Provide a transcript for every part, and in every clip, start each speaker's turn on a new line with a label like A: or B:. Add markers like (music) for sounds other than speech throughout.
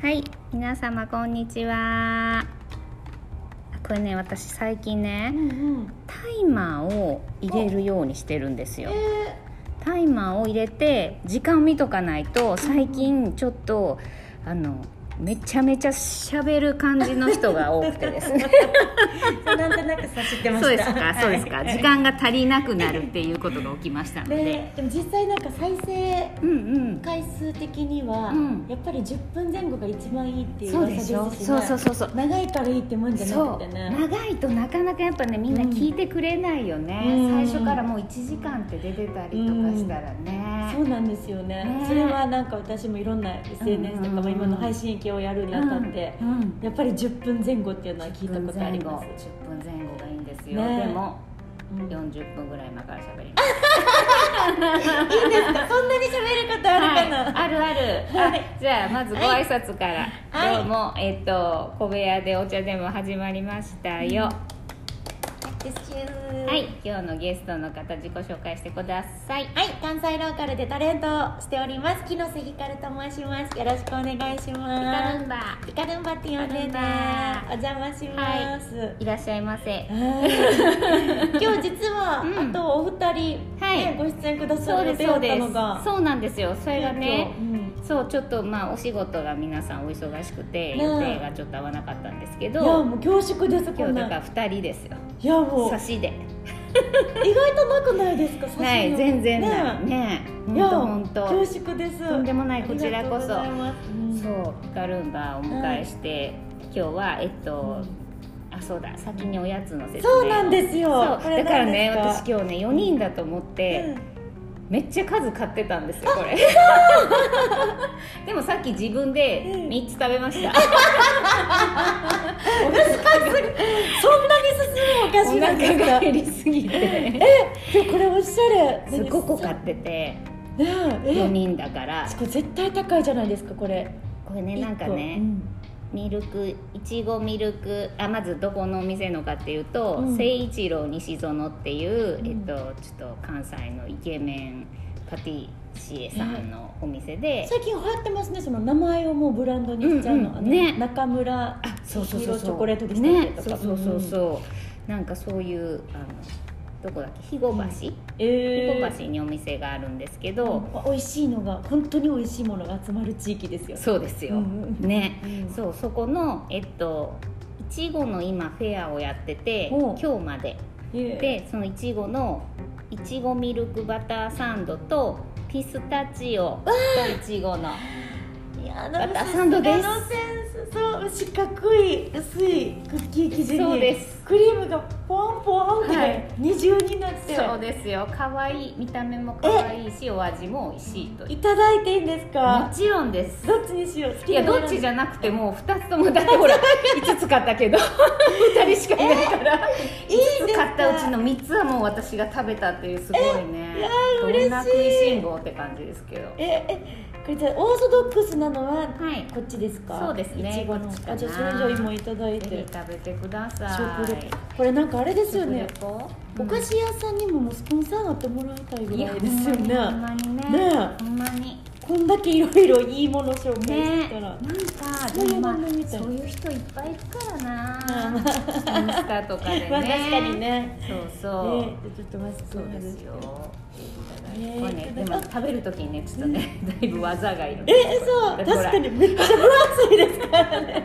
A: はい、皆様こんにちは。これね、私最近
B: う
A: ね、
B: んうん。
A: タイマーを入れるようにしてるんですよ。
B: え
A: タイマーを入れて時間見とかないと最近ちょっとあのめちゃめちゃ喋る感じの人が多くてですね。
B: ー、なんとなく察してました。
A: (laughs) そうですか、そうですか。
B: はい
A: 時。間が足りなくなるっていうことが起きましたので。
B: で、でも実際なんか再生
A: うんうん。
B: 回数的には、
A: うん
B: やっぱり10分前後が一番いいっていう
A: そう
B: 噂
A: で
B: です
A: し
B: し
A: ょ。
B: ね。
A: そうそうそうそう。
B: 長いからいいってもんじゃな
A: そ
B: く
A: う
B: てね。
A: 長いとなかなかやっぱねみんな聞いてくれないよね、
B: うん
A: 最初からもう1時間って出てたりとかしたらね、
B: そうなんですよね
A: ね
B: それはなんか私もいろんな SNS と
A: うん
B: か
A: うん
B: も
A: うん
B: 今の配信系をやるにあたって、
A: うんうん
B: やっぱり10分前後っていうのは聞いたことあります
A: 10分前後10分前後がいいんですよ、
B: ね
A: でも
B: うん
A: 40分ぐらい今から喋ります
B: いいですかそんなに喋ることあるかな、
A: はいあるある、
B: はい
A: あじゃあまずご挨拶から、
B: はい
A: どうもえっ、と小部屋でお茶でも始まりましたよ、
B: は
A: はい今日のゲストの方自己紹介してください
B: はい、関西ローカルでタレントをしております木瀬ひかると申しますよろしくお願いし
A: ピ
B: ま
A: カ
B: す
A: ルンバ
B: ひかるんばって呼ん
A: ひかるん
B: でね
A: ば
B: お邪魔します、
A: いらっしゃいませ
B: はい今日実は、
A: うん
B: あとお二人、
A: はい
B: ねご出演くだ
A: そ
B: さ
A: う
B: る
A: で
B: 予
A: すそう
B: 定だっ
A: で
B: た
A: す
B: のが
A: そうなんですよそれがね
B: 急遽うん
A: そうちょっとまあお仕事が皆さんお忙しくて
B: ね
A: 予定がちょっと合わなかったんですけ
B: いや
A: ど
B: もう恐縮ですこ
A: 今日
B: ん
A: だか
B: な
A: ら2人ですよ
B: いやも
A: 差しで
B: う意外となくないですか差
A: (laughs)
B: し
A: ない
B: の
A: 全然ないね
B: ねい
A: 本
B: や
A: 当本当
B: 恐縮です
A: とんでもない
B: あり
A: こ
B: が
A: ちら
B: とう
A: こ
B: ご
A: そ
B: ざいますうん
A: そうピカルンバをお迎えして今日はえっとあそうだ先におやつの説明
B: そうなんですよ
A: そう
B: これ
A: だからね
B: 何です
A: 私今日ね4人だと思って、
B: うん
A: めっちゃ数買ってたんですよこれ (laughs) でもさっき自分で
B: うん
A: 3つ食べました、
B: そんなに進むお菓子
A: お
B: なんで
A: 腹
B: す
A: が
B: か
A: 減りすぎて
B: でもこれおしゃれ
A: すごく買ってて
B: ねえ
A: 4
B: え
A: 人だから
B: しかも絶対高いじゃないですかこれ
A: これねなんか
B: 一個う
A: ね
B: ん
A: ミルクいちごミルクあまずどこのお店のかっていうと、
B: うん
A: 誠一郎西園っていう、
B: うん
A: えっと、ちょっと関西のイケメンパティシエさんのお店で、
B: 最近流行ってますねその名前をもうブランドにしちゃうの,、
A: うんうんね
B: 中村
A: あそうそうそう
B: 黄色いチ
A: そう
B: ョコレートでしたっけ
A: ね
B: と
A: そ
B: か
A: うそうそうそうなんかそういうあのどこだっけ肥後橋、肥
B: えー、
A: 後橋にお店があるんですけ
B: う
A: ど、
B: んまあ美味しいのが本当に美味しいものが集まる地域ですよ
A: そうですよ、
B: うんうん
A: ね、
B: うん
A: そうそこのえっといちごの今フェアをやってて
B: お
A: 今
B: う
A: 日まで
B: で
A: でそのいちごのいちごミルクバターサンドとピスタチオといちご (laughs) の
B: いや
A: バターサンドです
B: あのセンスそう四角い薄いクッキー生地に
A: そうです
B: クリームがポンポンって、
A: はい
B: 二重になって
A: そうですよ可愛い見た目も可愛いしお味も美味しいという
B: いただいていいんです
A: も
B: か
A: ちろんです
B: どっちにしよう好
A: い
B: き
A: やどっちじゃなくてもう2つともだってほら5つ買ったけど2人しかいないから
B: いいん
A: 5
B: で
A: つ
B: すか
A: 買ったうちの3つはもう私が食べたっていうすごいね
B: えいやー
A: どんな食いしん坊って感じですけど
B: ええこれじゃあオーソドックスなのは
A: はい
B: こっちですか
A: そうですね
B: いちご
A: こ
B: の
A: っちかな
B: あじゃあそれ以上もいただい
A: ぜ
B: て
A: ひ食べてください
B: 食レポこれなんかあれですよね
A: 食レポ
B: お菓子屋さんにももうスポンサーなってもらいたいぐ
A: いや
B: らいですよ
A: ほん
B: ね
A: まにね
B: ね
A: ほんまに
B: こんだけいろいろいいもの紹介
A: ね
B: してたら、
A: なんか
B: そう
A: で
B: いう
A: もまあ
B: 番組みたい
A: そういう人いっぱいいるから
B: (laughs)
A: な
B: うん
A: インスタとかでね
B: まあ確かにね
A: そうそう、
B: ねちょっとマスク
A: そう
B: を外
A: です
B: して
A: よ。
B: ね
A: これね、でも食べるときにね、ちょっとね、だいぶ技がいる。
B: えそ
A: だっ
B: う確
A: てほら
B: かにめっちゃ分厚いですからね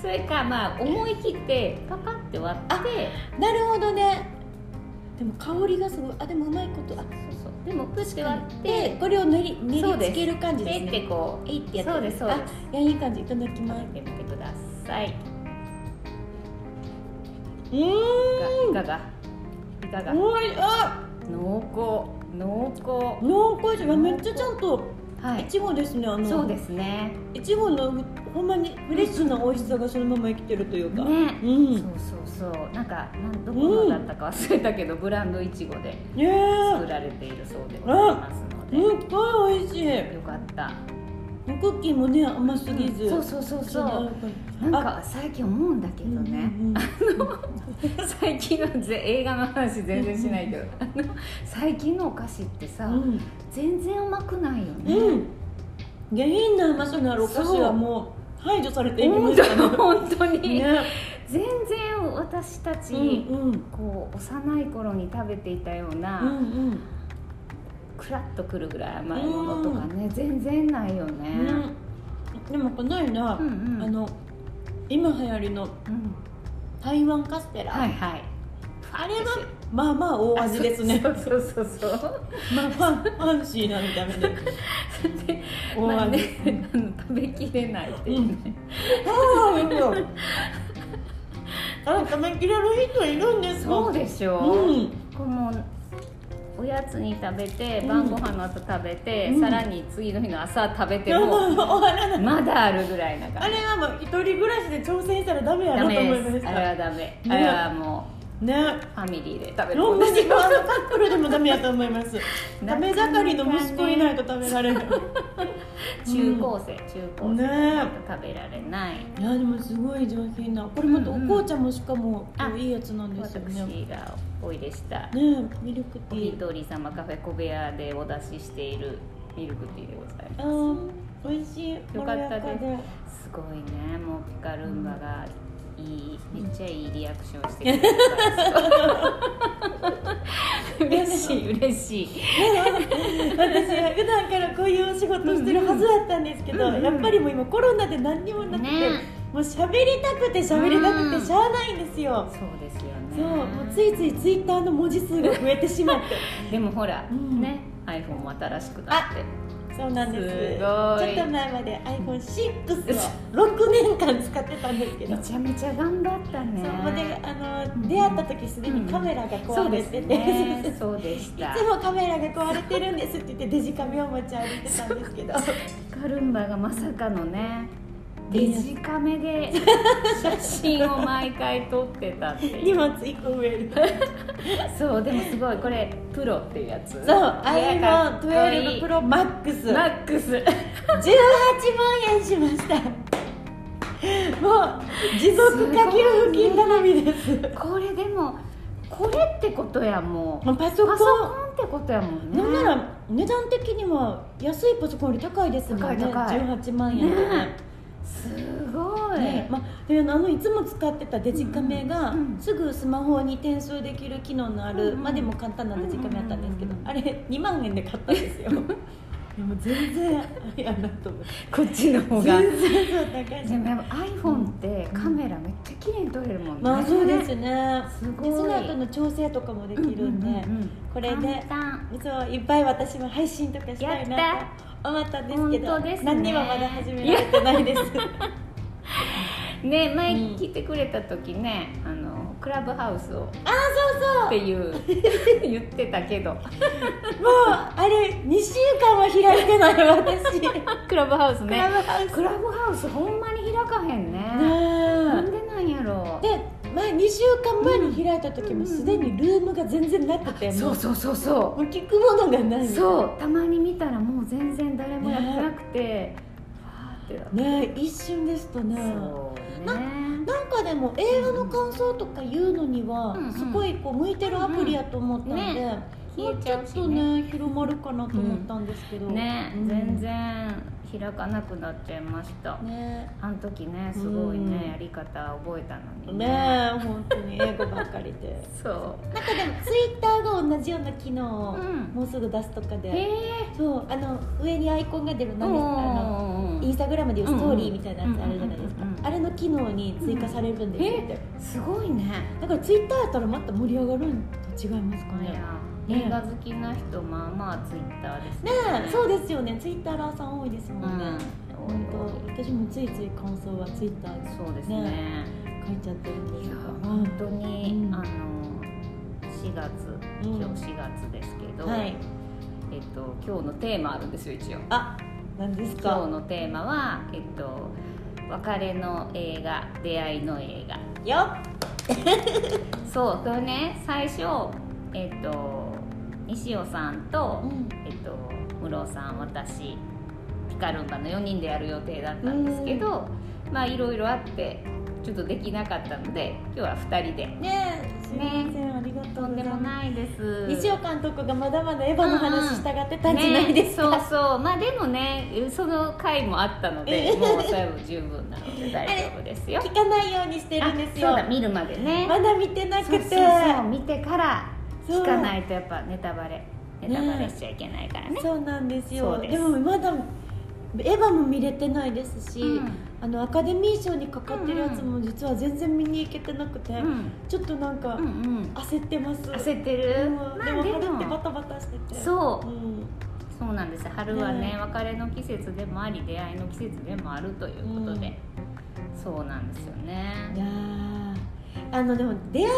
A: それか、まあ、思い切って、パカって割って。
B: なるほどねでも香りがすごいあでもうまいことあ
A: そうそう、でも、プって割って。
B: でこれを練り練
A: そう
B: り
A: です
B: つける感じで
A: ペ
B: す
A: っ
B: ね
A: てこう、
B: えいってやつ
A: そうですそうです
B: あいやいい感じいただきま
A: 食
B: す
A: べてみてください。
B: う
A: い
B: ーん
A: かが。いかが。濃
B: おいあ
A: 厚。濃
B: 濃厚じゃんめっちゃちゃんと
A: 厚。はい
B: ちごですねあ
A: い。
B: の
A: そうですね。
B: いちごのほんまにフレッシュな美味しさがそのまま生きてるというか、
A: ね
B: う
A: そうんそうそう、なんか、なん、どこのだったか忘れたけど、ブランドいちごで。
B: ね
A: 作
B: え
A: られているそうでございますの
B: す
A: で。
B: っごい美味しい
A: よかった。
B: クッキーもね甘すぎず、
A: そうそうそうそう。なんか最近思うんだけど
B: うんうん
A: ね。
B: うん
A: (laughs) 最近のぜ映画の話全然しないけど、あの最近のお菓子ってさ、
B: うん
A: 全然甘くないよね。
B: うん下品な甘さのあるお菓子はもう排除されていきま
A: 本
B: し
A: 当
B: たね
A: 本当に、
B: ね
A: 全然私たち、
B: うんうん
A: こう幼い頃に食べていたよう
B: うん
A: な、
B: うん
A: クラッとくるぐらい甘いものとかね、全然ないよね、
B: でもこの間、
A: うんうん
B: あの今流行りの
A: うん
B: 台湾カステラ、
A: はいはい
B: あれはまあまあ大味ですね
A: そうそうそうそう
B: まあまあファンシーな見た目で
A: で
B: 大
A: まあ
B: 味
A: ね、あの食べきれないっていうね、
B: ああいいよあ食べきれる人いるんですか
A: そうでしょ
B: うん
A: このおやつに食べて
B: うん
A: 晩ご飯の後食べて、
B: うん
A: さらに次の日の朝食べて
B: (laughs) でも
A: も、
B: 終わらない
A: まだあるぐらいな
B: あ
A: 感じ
B: れはもう一人暮らしで挑戦したらダメやな
A: ダ
B: と思
A: メ
B: いま
A: で
B: し
A: すあれ
B: た
A: はダメ、
B: ね
A: あれはも
B: ね
A: うファミリーで食べる
B: ロ
A: も
B: ン
A: ん
B: グ
A: で
B: シ
A: す
B: ックカップルでもダメやと思います
A: なか (laughs) な
B: 食
A: かね
B: べ盛りの息子いないと食べられない
A: 中高生、中高生
B: ね
A: 食べられない、
B: (laughs) いやでもすごい上品なこれまたお紅茶もしかも
A: うんうん
B: いいやつなんですよねね
A: 私がお入れした
B: ミルクテ
A: お
B: ィ
A: 一
B: ー
A: 人様カフェ小部屋でお出ししているミルクティーでござい
B: あ
A: ま
B: ー美味しい
A: よかったです
B: まろやか
A: すすごいねもうピカルンバがいい、めっちゃいいリアクションしてくれるから嬉しい嬉しい
B: 私普段からこういうお仕事してるはずだったんですけど、
A: うんうん
B: やっぱりもう今コロナで何にもなくて、
A: ね
B: もう喋りたくて喋りたく
A: うん
B: てしゃあないんですよ、
A: そうですよね
B: そうもうついついツイッターの文字数が増えてしまって
A: (laughs) でもほら、
B: うん
A: ね iPhone も新しくなって
B: そうなんです
A: す
B: ち
A: ごい
B: ょっと前まで iPhone6
A: (laughs)
B: を6年間使ってたんですけど
A: めちゃめちゃ頑張ったね
B: そうであの出会った時すでにカメラが
A: そう
B: 壊
A: で
B: れて
A: す
B: て、
A: ねそうでし
B: (laughs) い
A: た
B: つもカメラが壊れてるんですって言ってデジカメを持ち歩いてたんです
A: (laughs)
B: けど
A: カルンバがまさかのねデジカメで写真を毎回撮ってたって
B: (laughs)
A: い
B: 荷
A: う
B: 物1個増える
A: そうでもすごいこれプロっていうやつ
B: そう、
A: かっこい
B: iPhone12
A: い
B: Pro Max
A: マックス
B: 18万円しましたもう持続化給付金頼みです
A: これでもこれってことやもう
B: パソコ
A: パ
B: ン
A: ソコンってことやもんね
B: なんなら値段的には安いパソコンより高いですもんね
A: 高い高
B: 18万円でね
A: ねすごい、
B: ねまあ、であのいつも使ってたデジカメが、
A: うんうん
B: すぐスマホに転送できる機能のある、
A: うんうん
B: まあでも簡単なデジカメだったんですけど、
A: うんうん
B: あれ2万円で買った
A: (laughs)
B: んですよでも全然あれやなと思って
A: こっちの方
B: 全
A: が
B: 然そう高いし
A: でもやっぱ iPhone ってカメラめっちゃ綺麗に撮れるもんね、
B: まあそうですね
A: すごい
B: でその後の調整とかもでき
A: うんうん
B: るんで、
A: うん
B: これで
A: 簡単
B: そういっぱい私も配信とかしたい
A: やっ
B: なと思ったんですけど
A: 本当ですね
B: 何にもまだ始められてな
A: (laughs)
B: いです
A: ね前
B: うん
A: 聞いてくれた時ね、あのクラブハウスを
B: ああ
A: っていう (laughs) 言ってたけど
B: そうそうもうあれ2週間は開いてない私
A: クラブハウス
B: クラ
A: ね
B: ブハウス
A: クラブハウスほんまに開かへんねなん
B: ね
A: でなんやろ
B: えで前2週間前に開いた時もすでにルームが全然なくて、も
A: そうそうそうそ
B: もう聞くものがな
A: う
B: い
A: そうたまに見たらもう全然誰もやってなくてはあってなっ
B: ねえ一瞬ですとね
A: そうね
B: なんかでも映画の感想とか言うのには
A: うんうん
B: すごいこう向いてるアプリやと思ったんで、
A: うんうんね
B: も
A: 消
B: う
A: え
B: ち
A: ち
B: ょ
A: ゃ
B: っ
A: うし
B: とね広まるかなと思ったんですけど、
A: ね
B: うん
A: 全然開かなくなっちゃいました
B: ね
A: あの時ねすごい
B: うん
A: ねやり方覚えたのに
B: ねえ本当に英語ばっかりで
A: そ
B: (laughs) なんかでもツイッターが同じような機能を
A: うん
B: もうすぐ出すとか
A: う
B: で、
A: へえ
B: そうあの上にアイコンが出る何ですかあの
A: うん
B: インスタグラムでいうストーリ
A: う
B: ー
A: ん
B: みたいなやつあるじゃないですか、
A: うんうんうん
B: あれの機能に追加されるんですって、
A: すごいね
B: だからツイッターやったらまた盛り上がるんと違いますかね
A: いや映画好きな人まあまあツイッターです
B: ねえそうですよねツイッターラーさん多いです
A: う
B: もんね、
A: ん
B: 本当私もついつい感想はツイッターで
A: そうですね
B: 書いちゃってるんで
A: い
B: す
A: や
B: が
A: 本当に、
B: うん
A: あの4月
B: うん
A: 今日4月ですけど、
B: はい
A: えっと今日のテーマあるんですよ一応
B: あ何です
A: 今日
B: か
A: のテーマはえっと別れの映画出会いの映画
B: よっ
A: そうこれね最初えっと西尾さんと、
B: うん
A: えっと、室尾さん私ピカルンバの4人でやる予定だったんですけど、まあいろいろあってちょっとできなかったので今日は2人で
B: ねえ
A: ね
B: すいませんありがとう
A: とん
B: ござ
A: で
B: い
A: も
B: ま
A: ないです
B: す西尾監督がまだまだエヴァの話したがってたんじゃないですか、
A: ね、そうそうまあでもねその回もあったのでもうそれも十分なので大丈夫ですよ
B: 聞かないようにしてるんですよ
A: あそうだ見るまでね、
B: まだ見てなく
A: そう
B: て
A: そうそう見てから
B: そう
A: 聞かないとやっぱネタバレネタバレしちゃいけないからね
B: そうなんです
A: そ
B: よ
A: うで
B: ですもまだエヴァも見れてないですし、
A: うん
B: あのアカデミー賞にかかってるやつも実は全然見に行けてなくて、
A: うん
B: ちょっとなんか
A: うんうん
B: 焦ってます、
A: 焦ってる、
B: うん
A: まあ
B: でも
A: で
B: 春ってバ
A: も
B: タバタしてて
A: そう
B: うん
A: そうなんです春はね
B: ね
A: 別れの季節でもあり出会いの季節でもあるということで、そうなんですよ
B: い
A: ね
B: やーあのでも出会いの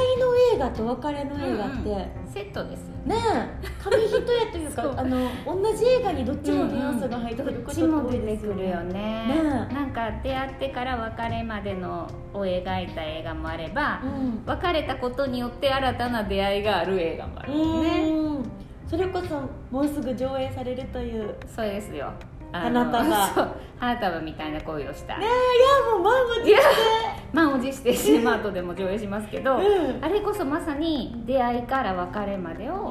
B: 映画と別れの映画って、
A: うんうんセットですよね
B: ねえ紙一重という
A: (laughs)
B: か
A: そう
B: あの同じ映画にどっちも出要素が入ってる
A: ど
B: こ
A: っ
B: と
A: ち
B: が
A: も
B: 多
A: 出
B: い
A: て
B: です
A: く
B: よ
A: るよ
B: ね
A: ね
B: ね
A: なんか出会ってから別れまでのを描いた映画もあれば、
B: うん
A: 別れたことによって新たな出会いがある映画もあるもんね
B: うんそれこそもうすぐ上映されるといういや
A: そうですよ
B: 花束
A: そう花束みたいな恋をした、
B: もう満足
A: いや満を持してシネマートでも上映しますけど、
B: うん
A: あれこそまさに出会いから別れまでを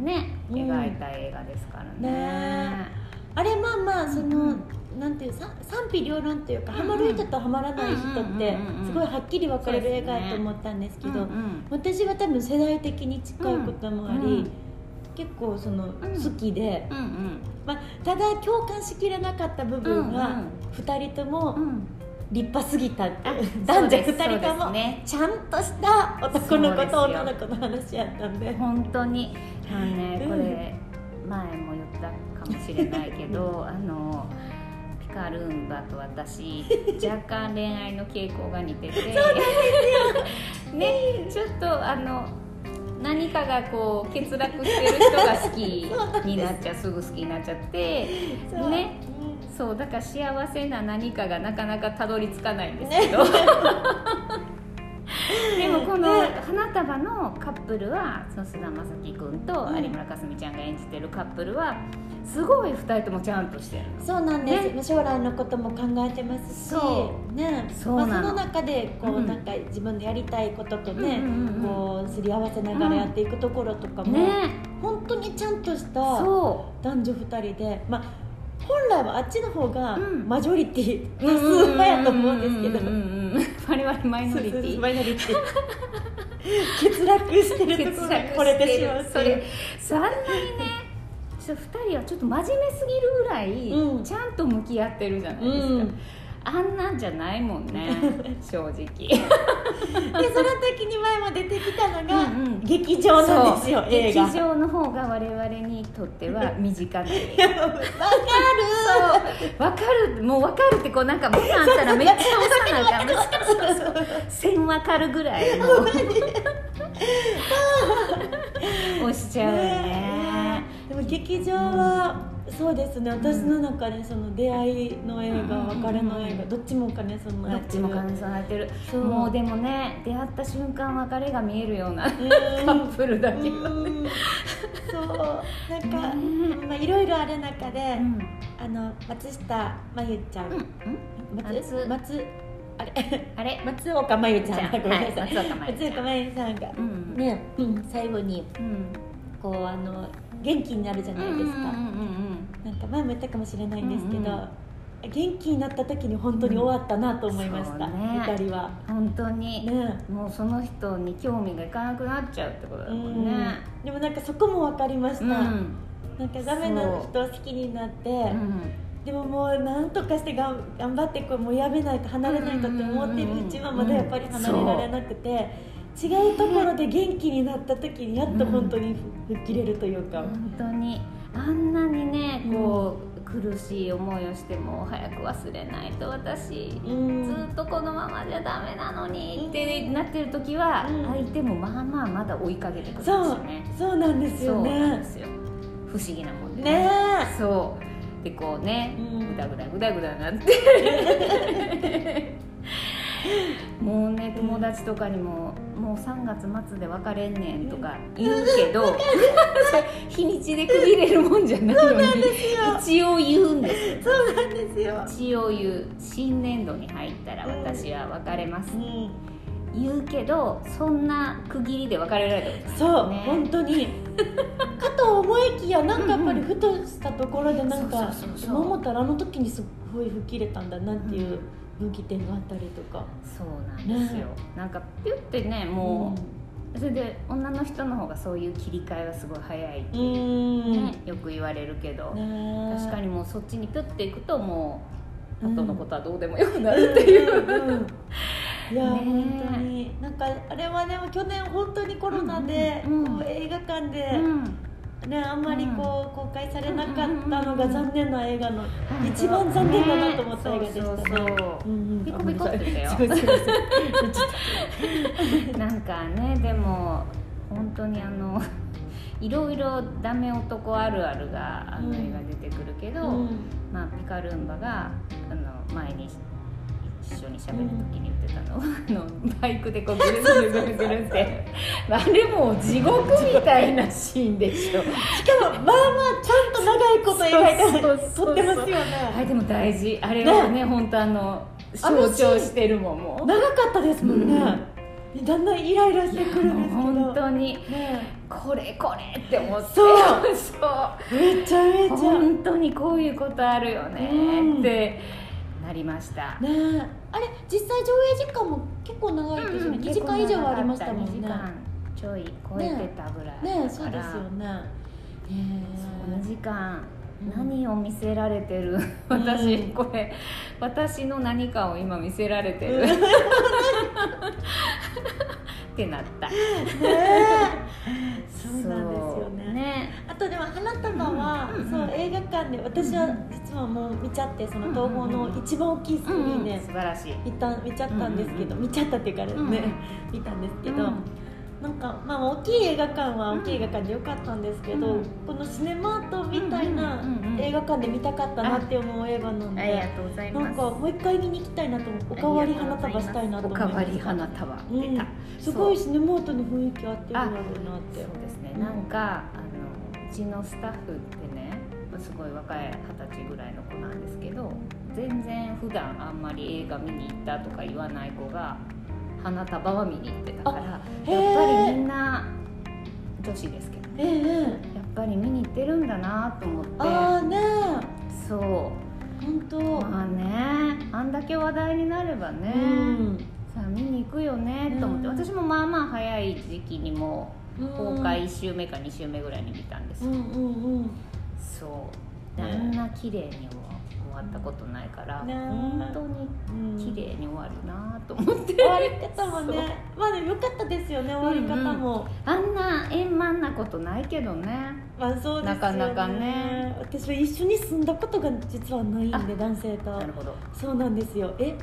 B: うん
A: ね、
B: うん
A: 描いた映画ですからね
B: ねあれまあまあその、
A: うん
B: なんていうさ賛否両論というか、
A: うん
B: ハマる人とハマらない人って
A: うんうんうんうん
B: すごいはっきり分かれる映画やと思ったんですけど、
A: うん
B: 私は多分世代的に近いこともあり、
A: うん
B: 結構その
A: ん
B: 好きで、
A: うんうん
B: まあ、ただ共感しきれなかった部分
A: うんう
B: は
A: ん
B: 2人と
A: う
B: も
A: ん
B: 立派すぎたって、
A: あ
B: 男女
A: そうですそう
B: 2人と
A: です
B: も
A: ね
B: ちゃんとした男の子
A: そ
B: と
A: うですよ
B: 女の子の話やったんで。
A: 本当にあのね
B: うん
A: これ前も言ったかもしれないけどあのピカルンバと私若干恋愛の傾向が似てて (laughs) ねちょっとあの何かがこう欠落してる人が好きになっちゃうすぐ好きになっちゃって
B: そう
A: ね
B: うん
A: そうだから幸せな何かがなかなかたどり着かないんですけど、 (laughs) でもこの
B: ね
A: 花束のカップルはその菅田将暉君と
B: うん
A: 有村架純ちゃんが演じてるカップルはすごい2人ともちゃんとしてるの
B: そうなんです、
A: ね
B: まあ将来のことも考えてますし
A: そ
B: ね
A: そう
B: ま
A: な
B: あ、
A: の
B: その中でこう、
A: うん
B: なんか自分でやりたいこととね、
A: うんうんうんうん
B: こうすり合わせながらやっていくところとかも、
A: ね
B: 本当にちゃんとした
A: そ
B: 男女2人で、まあ、本来はあっちの方が
A: うん
B: マジョリティ、
A: う
B: 多数派やと思うんですけど。
A: ううんうん我々マイノリティ
B: (laughs) マイノリティ欠落してるところが惚れてしまうって
A: そ
B: いう
A: れそんなにねちょっと2人はちょっと真面目すぎるぐらい、
B: うん
A: ちゃんと向き合ってるじゃないですか、
B: うん
A: あんなんじゃないもん
B: (laughs)
A: ね正直
B: でその時に前も出てきたのが、
A: うんうん
B: 劇場なんですよ
A: そう
B: 映画
A: 劇場の方が我々にとっては
B: (laughs)
A: 身近な
B: いやわかる
A: わかるもうわかるってこうなんかボタンあったらめっちゃ押さなあかんそうそう1000わかるぐらいもう押しちゃうよね
B: でも劇場は、そうですね私の中でその出会いの映画、
A: うん
B: 別れの映画どっちもお金そんな
A: どっちも感想なってる
B: そう
A: もうでもね出会った瞬間別れが見えるようなカ
B: う
A: ップルだけど、
B: んうんそうなんか、
A: ね
B: まあいろいろある中で、
A: うん
B: あの松下真由ちゃん、
A: うんうん
B: 松
A: 松
B: 松あれ (laughs)
A: あれ
B: 松岡真由ちゃん
A: はい
B: ごめんなさい、
A: 松岡茉優ち
B: 松
A: ゃ
B: 岡
A: ん
B: 真由さんが、
A: うん
B: ね、最後に
A: うん
B: こうあの元気になるじゃないですか、
A: うんうんうんうん
B: なんか前も言ったかもしれないんですけど、
A: うんうん
B: 元気になった時に本当に終わったなと思いました、
A: うんそう
B: 二
A: ね
B: 人は
A: 本当に、
B: ね
A: もうその人に興味がいかなくなっちゃうってことだ
B: う
A: もんね
B: んでもなんかそこも分かりました、
A: うん、
B: なんかダメな人を好きになって、
A: うん
B: でももうなんとかしてがん頑張ってこうもうやめないと離れないとって思ってるうちは
A: うん
B: まだやっぱり離れられなくて、違うところで元気になった時にやっと本当に吹っ切れるというか、
A: 本当にあんなにねこう、苦しい思いをしても早く忘れないと私、
B: うん
A: ずっとこのままじゃダメなのにってなってる時は、
B: うん
A: 相手もまあまあまだ追いかけてくるんです
B: そ
A: よ
B: う
A: ね
B: そうなんですよ
A: そうなん
B: ね
A: ですよ不思議なもんで
B: ねえ
A: そうでこうね
B: うん
A: ぐだぐだぐだぐだなって (laughs) もうね友達とかにも「もう3月末で別れんねん」とか言うけど、日にちで区切れるもんじゃないのに一応言うんです
B: そうなんですよ。
A: 一応言う新年度に入ったら私は別れます、
B: うん、
A: 言うけどそんな区切りで別れられたことない
B: そう、
A: ね
B: 本当に (laughs) かと思いきやなんかやっぱり
A: うん
B: ふとしたところでなんか
A: そうそうそうそう
B: 今思ったらあの時にすっごい吹っ切れたんだなっていう分岐点があったりとか、
A: そうなんですよ、
B: ね
A: なんかピュってねもう、それで女の人の方がそういう切り替えはすごい早いって
B: う
A: いう、
B: ん、
A: ね、よく言われるけど、
B: ね
A: 確かにもうそっちにピュっていくともう
B: うん
A: 後のことはどうでもよくなるっていう、
B: うん (laughs) うんいや、
A: ね
B: 本当になんかあれはでも去年本当にコロナで、
A: うんうんうん
B: こう映画館で、
A: うん
B: ねあんまりこう公開されなかったのが残念な映画の、一番残念だなと思った映画でしたね
A: そうそうそう
B: うんうん
A: ピコピコって言ったよ
B: あごめんなさいすいませんちょっ
A: なんかねでも本当にあのいろいろダメ男あるあるがあの映画出てくるけど、
B: とうん
A: まあ、ピカルンバがあの前に一緒に喋る時に言ってた
B: (laughs)
A: の,、あのバイクでこうぐるぐるぐるぐるってあれもう地獄みたいなシーンでしょ
B: しかもまあまあちゃんと長いこと描いて
A: そうそうそう
B: 撮ってますよね
A: あれでも大事あれはね本当あの
B: あの
A: 象
B: シー
A: 徴
B: ン
A: してるもんもう
B: 長かったですもんね、だんだんイライラしてくるんですけど
A: 本当に
B: ね
A: これこれって思って
B: そう
A: そう
B: めちゃめちゃね
A: (laughs) 本当にこういうことあるよねってなりました、
B: あれ実際上映時間も結構長いですよね、2時
A: 結構
B: 間以上はありましたもんね
A: 2時間ちょい超えてたぐらいだから、
B: ねそうですよねえ
A: 2時間
B: うん
A: 何を見せられてる私これ私の何かを今見せられてる
B: (laughs)
A: ってなった
B: ねそうなんですよね
A: そうね
B: あとでも花束は、
A: うんうん
B: そう映画館で私は実はもう見ちゃってその東宝の一番大きいスクリーンで、
A: 素晴らしい
B: 見た見ちゃったんですけど、
A: うん
B: 見ちゃったっていうかあれね、
A: うん
B: 見たんですけ
A: う
B: ど、
A: ん
B: なんかまあ大きい映画館は大きい映画館でよかったんですけど、
A: うん
B: このシネマートみたいな
A: うんうんうんうん
B: 映画館で見たかったなって思う映画なん
A: あ
B: で、
A: りがとうござい
B: な
A: ま
B: ん
A: す
B: かもう一回見に行きたいなと思っておかわり花束したいなと思
A: お
B: って
A: かわり花束出た、
B: うんすごいシネマートの雰囲気合ってるんだろうなっ
A: そ
B: て
A: うですね、
B: うん
A: なんかあのうちのスタッフってねすごい若い二十歳ぐらいの子なんですけど全然普段あんまり映画見に行ったとか言わない子が花束は見に行ってたからやっ
B: へ
A: ぱり
B: え
A: みんな女子ですけどね
B: ええ
A: やっぱり見に行ってるんだなと思っ
B: あ
A: て
B: あね
A: そ
B: え本当、
A: うまあねあんだけ話題になればね、
B: うん
A: さあ見に行くよねと思って、
B: うん
A: 私もまあまあ早い時期にも
B: うん
A: 公開1週目か2週目ぐらいに見たんです
B: うんうんうん
A: そう
B: ね
A: あんな綺麗にも終わったことないから、
B: ね
A: 本当
B: うん
A: に綺麗に終わるなと思って、
B: 終わり方もねまあでもよかったですよね終わり方も、
A: あんな円満なことないけどね
B: まあそうですよね
A: なかなかね
B: 私は一緒に住んだことが実はないんで男性と
A: なるほど
B: そうなんですよえ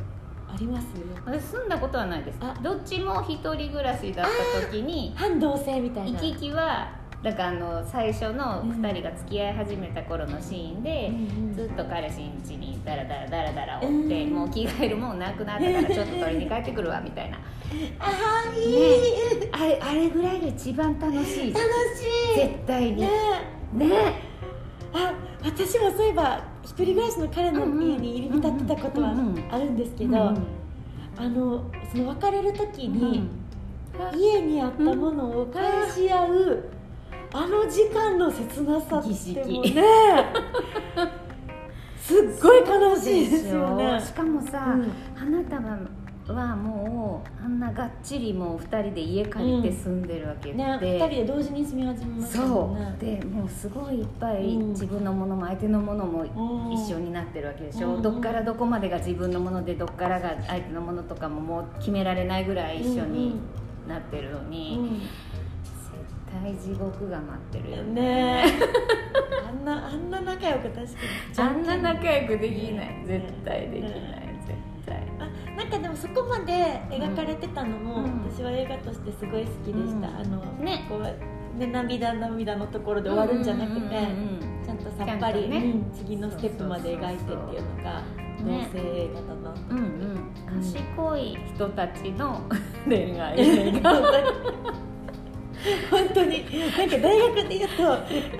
B: あります
A: 私住んだことはないです
B: あ
A: どっちも一人暮らしだった時に
B: 反同性みたい
A: 行
B: な
A: き来はだからあの最初の2人が付き合い始めた頃のシーンで、
B: うん
A: ず
B: うん
A: っと彼氏ん家にダラダラダラダラおって、
B: うん
A: もう着替えるもんなくなったからちょっと取りに帰ってくるわみたいな
B: あーいい、
A: あれあれぐらいが一番楽しい
B: 楽しい
A: 絶対に
B: ね
A: ね
B: あ私もそういえば一人暮らしの彼の家に入り浸ってたことは
A: うんうん
B: あるんですけど、
A: うん
B: あのその別れる時
A: うん
B: に、家にあったものを返し合う、あの時間の切なさ
A: 儀
B: って
A: 式
B: もうね (laughs) すっごい悲しいですよね
A: しかもさ、
B: うん
A: 花束はもうあんながっちりもう2人で家借りて住んでるわけで、
B: ね二人で同時に住み始めましたも
A: そ
B: んね
A: うでもうすごいいっぱい
B: うん
A: 自分のものも相手のものも
B: うん
A: 一緒になってるわけでしょ、
B: うん
A: どっからどこまでが自分のものでどっからが相手のものとかももう決められないぐらい一緒になってるのに、絶対地獄が待ってるよ
B: う
A: (laughs)
B: んねあんなあんな仲良く確かに
A: あんな仲良くできない
B: ね
A: 絶対できない絶対
B: あなんかでもそこまで描かれてたのも、
A: うん
B: 私は映画としてすごい好きでした、
A: うん
B: あの
A: ね
B: こうね涙涙のところで終わるんじゃなくて、
A: うんうんうん
B: ちゃんとさっぱり、
A: ちゃんとね
B: うん次のステップまで描いてっていうのが
A: そうそうそう
B: 同
A: ね
B: 性映画だなと
A: うん
B: (laughs)
A: うん賢い人たちの恋愛映画
B: 本本当になんか大学で言うと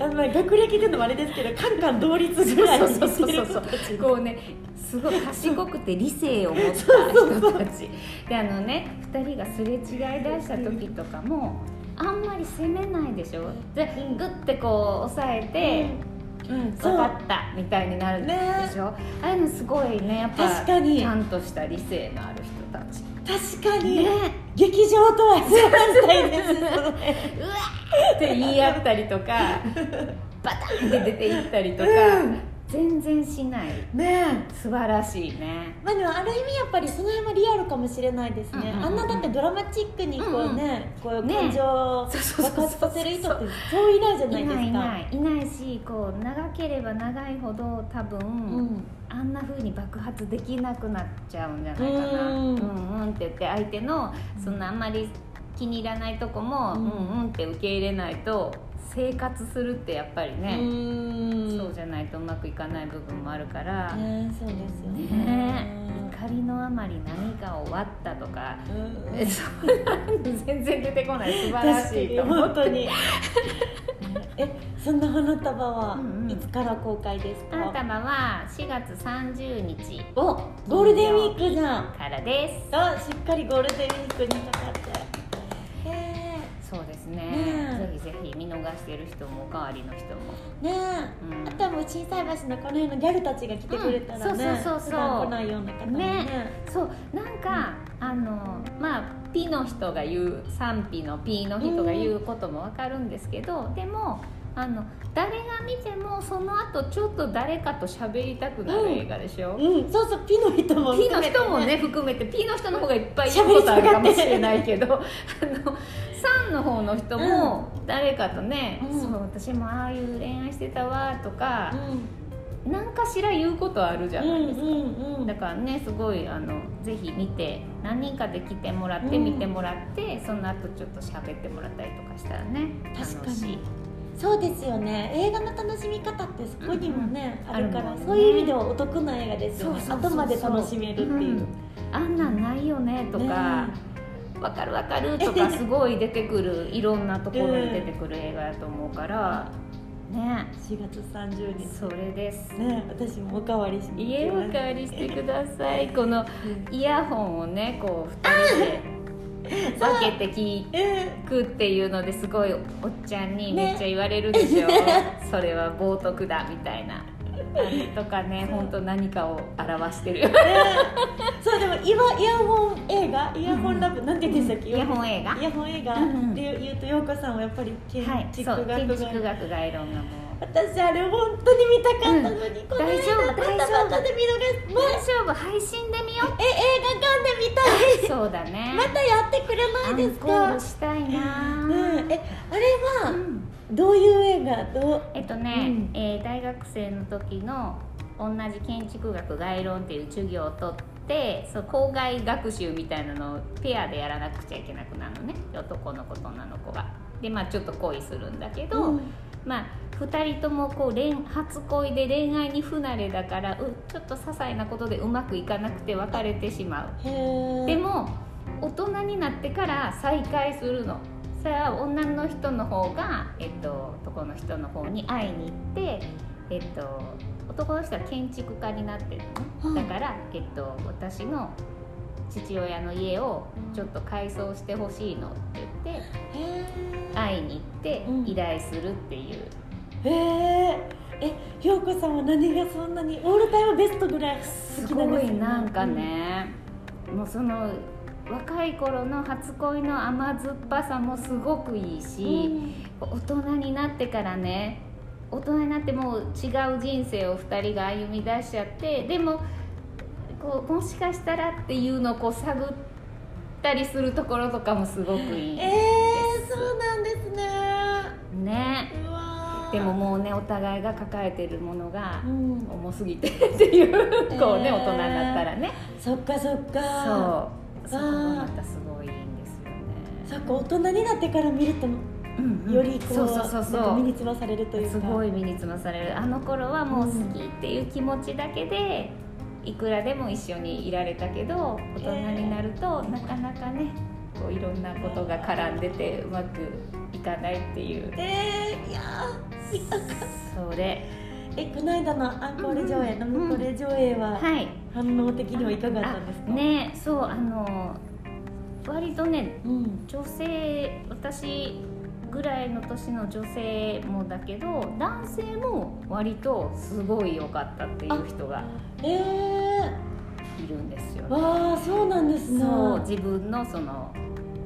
B: あのまあ学歴でのもあれですけどカンカン同率ぐらいに
A: そうそうそう
B: して
A: そ
B: る
A: う
B: 子たち
A: こうねすごい賢くて理性を持った人たちであのね2人がすれ違いだした時とかもあんまり責めないでしょで
B: うん
A: グッてこう押さえて
B: うん
A: 「
B: そ
A: 分か
B: う
A: った」みたいになるで
B: ね
A: しょ、ああいうのすごいねやっぱ
B: 確かに
A: ちゃんとした理性のある人たち
B: 確かに、
A: ね
B: 劇場とは正反対です
A: うわー (laughs) って言い合ったりとか
B: (laughs)
A: バタンって出て行ったりとか、
B: うん
A: 全然しない
B: ね
A: 素晴らしいね
B: まあでもある意味やっぱりその辺はリアルかもしれないです
A: う
B: ね、
A: んうんうん
B: あんなだってドラマチックにこうね、こう
A: ね
B: 感情を爆
A: そうそうそうそう
B: 発させる人ってそういないじゃないいですか
A: ないいないいないしこう長ければ長いほど多分、
B: うん
A: あんな風に爆発できなくなっちゃうんじゃないかな
B: う
A: うんんうんって言って相手のそんなあんまり気に入らないとこも、
B: う
A: うんん、うんって受け入れないと生活するってやっぱり
B: う
A: ね、
B: ん
A: そうじゃないとうまくいかない部分もあるから、
B: ねそうですよね
A: ね怒りのあまり何かを割ったとか、 (laughs)
B: うん
A: えそうなんで全然出てこない素晴ら
B: 確か
A: しい
B: に
A: と思
B: 本
A: っ
B: 当
A: て
B: にえそんな花束は
A: うんうん
B: いつから公開ですか、
A: あなたまは4月30日
B: おゴールデンウィークじゃん
A: からで
B: あしっかりゴールデンウィークにかかってへ
A: すそうですね
B: ね
A: ぜひぜひ見逃してる人もおかわりの人も、
B: えね
A: うん
B: えあとはもう心斎橋のこの辺のギャルたちが来てくれたらね、
A: うんそうそうそうそう
B: 普段来ないような方もね
A: そうなんか、あのまあピの人が言う賛否のピの人が言うこともわかるんですけど、でもあの誰が見てもその後ちょっと誰かと喋りたくなる映画でしょ、
B: うんそうそうピの人も
A: ピの
B: 含めて
A: 人もね含めてピの人の方がいっぱいいることあるかもしれないけどあのサンの方の人も誰かとね、
B: うん
A: そう私もああいう恋愛してたわと
B: う
A: か、
B: ん
A: 何かしら言うことあるじゃないですか、
B: うんうんうん
A: だからねすごいあのぜひ見て何人かで来てもらって
B: うん
A: 見てもらって、その後ちょっと喋ってもらったりとかしたらね
B: 確か
A: 楽し
B: に
A: い
B: そうですよね映画の楽しみ方ってそこにもね、
A: うん
B: あるから
A: あるもんね
B: そういう意味ではお得な映画ですよね
A: そうそうそうそう
B: 後まで楽しめるっていう、
A: うんあんなんないよねとか
B: ね、
A: わかるわかるとかすごい出てくるいろんなところに出てくる映画やと思うから、ね
B: 4月30日
A: それです
B: ね私もおかわりしに
A: 家
B: 行
A: お
B: きます
A: 借りしてくださいこの
B: うん
A: イヤホンをねこう2人で分けて聞
B: え
A: くっていうのですごいおっちゃんに
B: ね
A: めっちゃ言われるんです
B: (laughs)
A: よ、それは冒涜だみたいなあれとかね
B: そう
A: 本当何かを表してる
B: ーねそうでも今イヤホン映画イヤホンラブ、なんて言うんでしたっけ
A: イヤホン映画
B: イヤホン映画
A: うん
B: で言うと陽子さんはやっぱり建
A: はい、
B: 築
A: そ
B: 学
A: う
B: が、
A: 建築学がいろんなもの
B: 私あれ本当に見たかったのに、
A: うん
B: この間
A: 大丈夫
B: 撮ったばっかで見逃
A: 大
B: す、まあ、
A: 丈夫配信で見よ
B: え映画館で見たい
A: っそうだ (laughs) ね
B: またやってくれないです
A: アンコー
B: か
A: ルしたいな、
B: うん、えあれ
A: う
B: は
A: ん
B: どういう映画どう
A: えっとね、
B: う
A: えー大学生の時の同じ建築学概論っていう授業を取ってそう校外学習みたいなのをペアでやらなくちゃいけなくなるのね男の子と女の子が。でまあちょっと恋するんだけど、
B: うん
A: まあ2人ともこう恋初恋で恋愛に不慣れだからうちょっと些細なことでうまくいかなくて別れてしまう。
B: へー
A: でも大人になってから再会するのそれは女の人の方が、えっと、男の人の方に会いに行って、えっと、男の人は建築家になってるの、
B: はい
A: ねだから、えっと、私の父親の家をちょっと改装してほしいのって言って
B: へ
A: 会いに行って
B: うん
A: 依頼するっていう、
B: ーへーえ陽子さんは何がそんなにオールタイムベストぐらい好
A: す
B: きなん
A: ご
B: ですよ
A: いなんか、ね、もうその若い頃の初恋の甘酸っぱさもすごくいいし、
B: うんうん
A: 大人になってからね大人になってもう違う人生を2人が歩み出しちゃってでもこうもしかしたらっていうのをこう探ったりするところとかもすごくいい
B: えー、そうなんですね
A: ね
B: うわー
A: でももうねお互いが抱えてるものが
B: うん
A: 重すぎてっていうこうね
B: え
A: 大
B: ー
A: 人になったらね
B: そっかそっか
A: そうそこがまたすごいいいんですよね
B: そっか大人になってから見るとよ
A: うんうん
B: りこう,、
A: そうそうそう
B: なんか
A: そう
B: 身につまされるというか
A: すごい身につまされるあの頃はもう好きっていう気持ちだけで、いくらでも一緒にいられたけど大人になるとなかなかねこういろんなことが絡んでてうまくいかないって
B: (laughs)
A: いう
B: えー、いや
A: それ
B: ーえこの間のアンコール上映の向これ上映は
A: はい
B: 反応的にはいかがだったんですか、
A: ねそうあの割とね
B: うん
A: 女性私ぐらいの年の女性もだけど男性も割とすごい良かったっていう人が
B: えー、
A: いるんですよね
B: わあそうなんですね
A: そう自分のその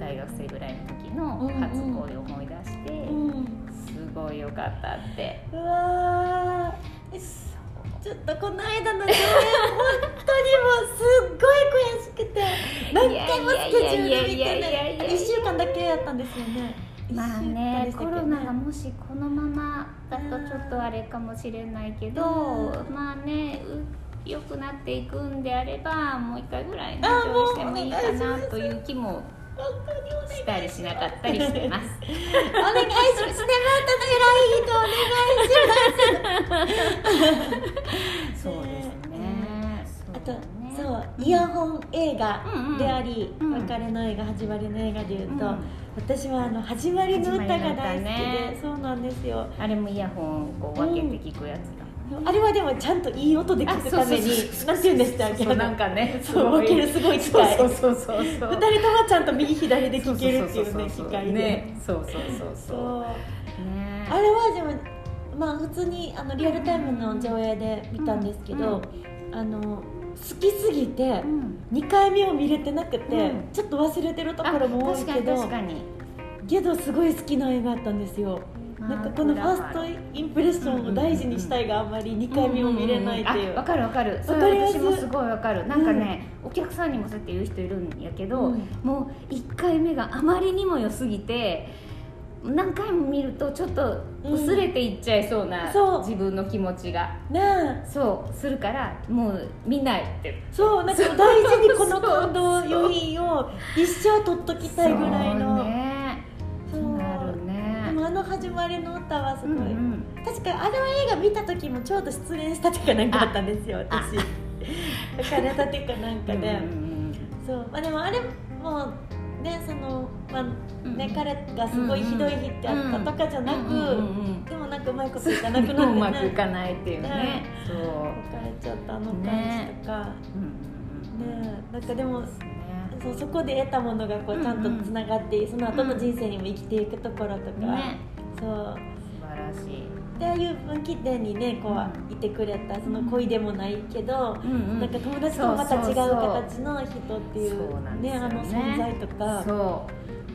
A: 大学生ぐらいの時の初恋を思い出して、
B: うん、
A: すごい良かったって
B: うわーえちょっとこの間の上映本当にもうすっごい悔しくて何回もスケジュール見
A: いやいやいやいや
B: て
A: いや
B: ない1週間だけやったんですよね
A: まあね
B: 一週
A: コ
B: 間でしたっ
A: ロ
B: け
A: ナがもしこのままだとちょっとあれかもしれないけど
B: う
A: まあねう良くなっていくんであればもう一回ぐらいね
B: あー
A: 上映してもいいか
B: もうお願いし
A: な
B: ます
A: という気も
B: 本当にお願い
A: したりしなかったりしてます
B: (laughs) お願いします。ねまた偉い人お願いしま
A: (laughs)
B: す。
A: そうですね
B: あと、
A: だね
B: そうイヤホン映画
A: うんうん
B: であり、
A: うん
B: 別れの映画始まりの映画でいうと、
A: うん
B: 私はあの始まりの歌が大好き
A: 始
B: で、
A: まりの歌ね
B: そうなんですよ。
A: あれもイヤホンをこう分けて聞くやつだ
B: あれはでもちゃんといい音で聞くためになんて言うんでしたっけ？
A: そうなんかねす
B: そう
A: ご
B: 分ける
A: い
B: すごい機
A: そう
B: 械。
A: そうそうそうそう
B: 二人ともちゃんと右左で聞けるって
A: そ
B: いうね機
A: うそうそうそう
B: 械で。
A: ねそうそうそうそう
B: そう。
A: ね
B: あれはでもまあ普通にあのリアルタイムの上映で見たんですけど、あの好きすぎて
A: うん
B: 2回目を見れてなくて、
A: うん
B: ちょっと忘れてるところも多いけ
A: あ確
B: ど
A: かに確かに
B: けどすごい好きな映画だったんですよなんかこのファーストインプレッションを大事にしたいがあんまり2回目を見れないってい
A: あ
B: う
A: わかるわかるそれ
B: わかります
A: 私もすごいわかるなんかね、お客さんにもそうやって言う人いるんやけど、
B: うん
A: もう1回目があまりにも良すぎて何回も見るとちょっと薄れていっちゃいそうな、
B: うんそう
A: 自分の気持ちが
B: ねえ
A: そうするからもう見ないって
B: そうなんか大事にこの
A: そう
B: 感動余韻を一生取っときたいぐらいの
A: そうね
B: そう
A: なる
B: で
A: ね
B: もあの始まりの歌はす
A: う
B: ごい、
A: んうん
B: 確かあの映画見た時もちょうど失恋した時かなんかだったんですよ私別れた時かなんかで、そうまあでもあれもねその、まあ
A: うん
B: ね彼がすごいひどい日ってあったとかじゃなく、
A: うんうん
B: (laughs)
A: うん
B: でもなんかうまいこといか
A: う
B: なくなって
A: (laughs) んうまくい
B: ね
A: かないっていうね
B: ね
A: そう
B: 別れちゃったあの感じとか、
A: うんうんうん
B: ねなんかでも
A: ね
B: そうそこで得たものが
A: う
B: こうん
A: うん
B: ちゃんとつながって、その後の人生にも生きていくところとか、
A: ね
B: そう
A: 素晴らしい、
B: でああいう分岐点にねこういてくれたその恋でもないけど、
A: うんうん
B: なんか友達とはまた違う形の人ってい
A: そうなんです
B: うね
A: よね
B: あの存在とか
A: そ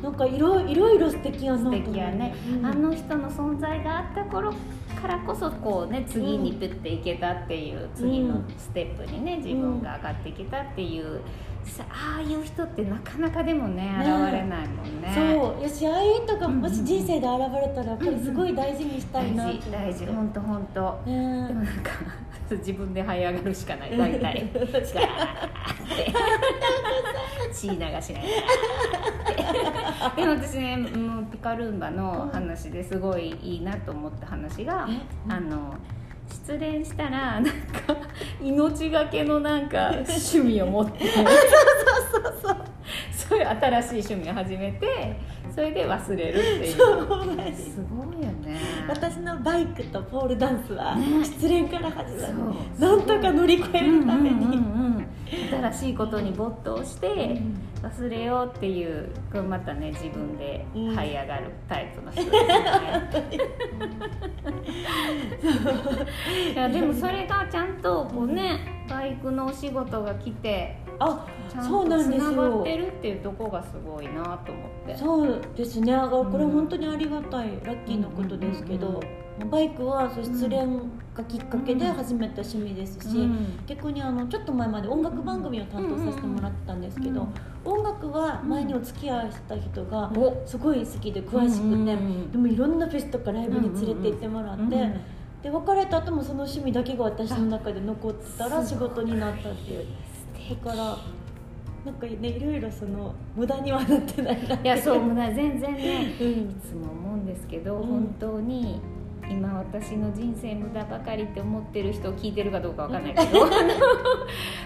B: なんかいろいろいろ素敵やなと
A: う
B: 思う
A: 素敵やね、
B: うん
A: あの人の存在があった頃からこそこうね次にプッていけたっていう、次のステップにね自分が上がっていけたっていう、さああいう人ってなかなかでもね現れないもんね
B: そうよしああいう人がも
A: うんう
B: し
A: ん
B: 人生で現れたらやっぱりすごい大事にした
A: 大
B: いなって
A: 事大事本当本当でも
B: ね
A: なんか (laughs) 自分で這い上がるしかない大体ガーって血流しながら (laughs) でも私ねもうピカルンバの話ですごいいいなと思った話が、
B: え
A: あの失恋したらなんか (laughs) 命がけのなん
B: (laughs)
A: か趣味を持ってそうそうそうそういう新しい趣味を始めてそれで忘れるっていう
B: そうなんです
A: すごいよね
B: 私のバイクとポールダンスは
A: ね
B: 失恋から始まる、
A: そう
B: なんとか乗り越えるために、
A: うんうんうんうん新しいことに没頭して忘れようっていうこれまたね自分で
B: うん
A: 這い上がるタイプの人ですよ
B: (laughs)
A: ね、いやでもそれがちゃんとこうねバイクのお仕事が来て
B: あ
A: ちゃん
B: そう
A: と
B: なん
A: つ
B: です
A: ながっ
B: よ
A: てるっていうところがすごいなと思って
B: そうですねあこれ
A: うん
B: 本当にありがたいラッキーなことですけ
A: うんうん
B: ど、バイクはそう失恋がきっかけで
A: うん
B: 始めた趣味ですし、
A: うん
B: 逆にあのちょっと前まで音楽番組を担当させてもらってたんですけど、
A: うん
B: 音楽は前にお付き合いしてた人が
A: お
B: すごい好きで詳しくて、
A: うんうんうん
B: でもいろんなフェスとかライブに連れて行ってもらって、
A: うん
B: で別れた後もその趣味だけが私の中で残ってたら仕事になったっていうだからなんかねいろいろその無駄にはなってないなって
A: いやそうもうね全然ね
B: うん
A: いつも思うんですけど、
B: うん
A: 本当に今私の人生無駄ばかりって思ってる人を聞いてるかどうかわかんないけど、 (laughs) あの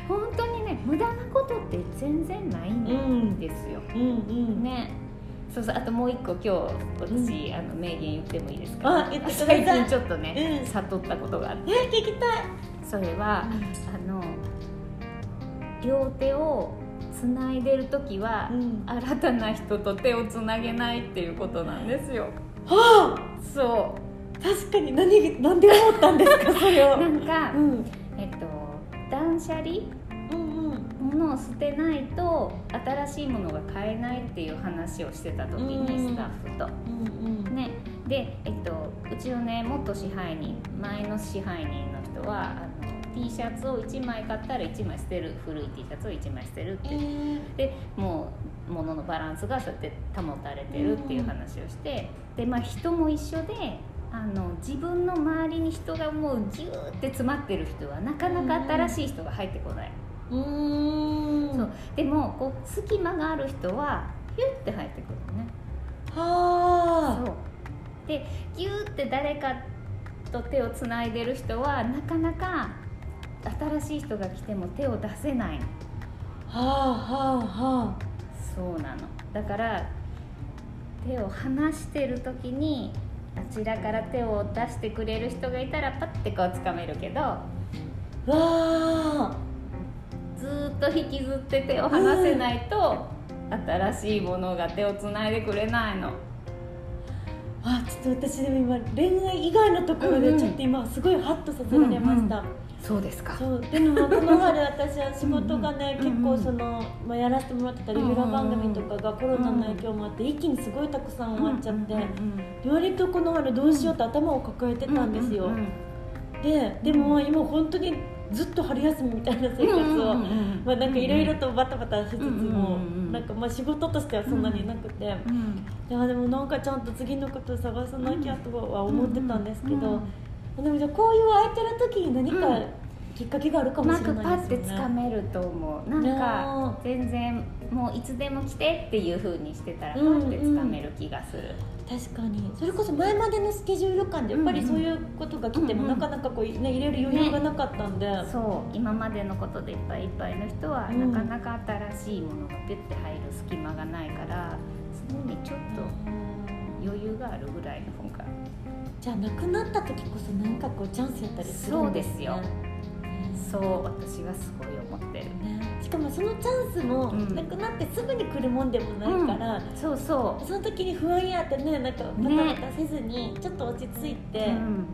A: 本当にね無駄なことって全然ないんですよ、
B: うんうん、
A: ねそうそうあともう一個今日私、あの名言言ってもいいですか
B: あ言ってくださ
A: 最
B: い
A: 近ちょっとね、
B: うん
A: 悟ったことがあって
B: え聞きたい
A: それは、あの両手をつないでる時は、
B: うん
A: 新たな人と手をつなげないっていうことなんですよ
B: はあ
A: そ
B: 確かに何何で思ったんで
A: (laughs)
B: すかそれ
A: う
B: を
A: なんか、
B: うん
A: えっと断捨離
B: うんうん
A: 物を捨てないと新しいものが買えないっていう話をしてた時に
B: うん
A: スタッフと、
B: うんうん
A: ねで、えっと、うちのね元支配人前の支配人の人はあの T シャツを1枚買ったら1枚捨てる古い T シャツを1枚捨てるって
B: え
A: 言って
B: ー
A: でもう物のバランスがそうやって保たれてるっていう話をして、でまあ人も一緒であの自分の周りに人がもうギューって詰まってる人はなかなか新しい人が入ってこない、
B: うーん
A: そうでもこう隙間がある人はヒュッて入ってくるのねそ
B: はあ
A: うでギューって誰かと手をつないでる人はなかなか新しい人が来ても手を出せないの
B: はあはあは
A: そうなのだから手を離してる時にあちらから手を出してくれる人がいたらパッてこう掴めるけど
B: あわ
A: ずーっと引きずって手を離せないと、新しいものが手をつないでくれないの
B: ああちょっと私でも今恋愛以外のところ
A: うんう
B: で
A: ん
B: ちょっと今すごいハッとさせられました、
A: そうですか
B: そうでもこの春私は仕事がね
A: うんう
B: 結
A: ん
B: 構その、まあ、やらせてもらってたレギュラー番組とかがコロナの影響もあって一気にすごいたくさん終わっちゃって、割とこの春どうしようって頭を抱えてたんですよ、ででも今本当にずっと春休みみたいな生活を、まあなんかいろいろとバタバタしつつも、
A: うんうんうんうん
B: なんかまあ仕事としてはそんなになくて、いやでもなんかちゃんと次のことを探さなきゃとは思ってたんですけど、でもじゃあこういう空いてる時に何
A: う
B: か
A: ん
B: きっかけがあるか
A: う
B: も
A: ま
B: しれ
A: くパ
B: ない
A: ッ
B: です
A: て
B: よね。
A: つかめると思うなんか全然もういつでも来てっていうふうにしてたらパッてつかめる気がする、
B: 確かにそれこそ前までのスケジュール感でやっぱりそういうことが来ても
A: うんう
B: なんかなかこう、ね、入れる余裕がなかったんで、
A: そう今までのことでいっぱいいっぱいの人は、
B: うん
A: なかなか新しいものがピュッて入る隙間がないから常にちょっと余裕があるぐらいの方が
B: じゃあなくなった時こそなんかこうチャンスやったりするんです、ね、
A: そうですよそう私はすごい思ってる
B: ねしかもそのチャンスも
A: うん
B: なくなってすぐに来るもんでもないから、
A: そうそ
B: その時に不安やってねなんかバ
A: ね、
B: タバタせずに、ちょっと落ち着いうて、
A: うん、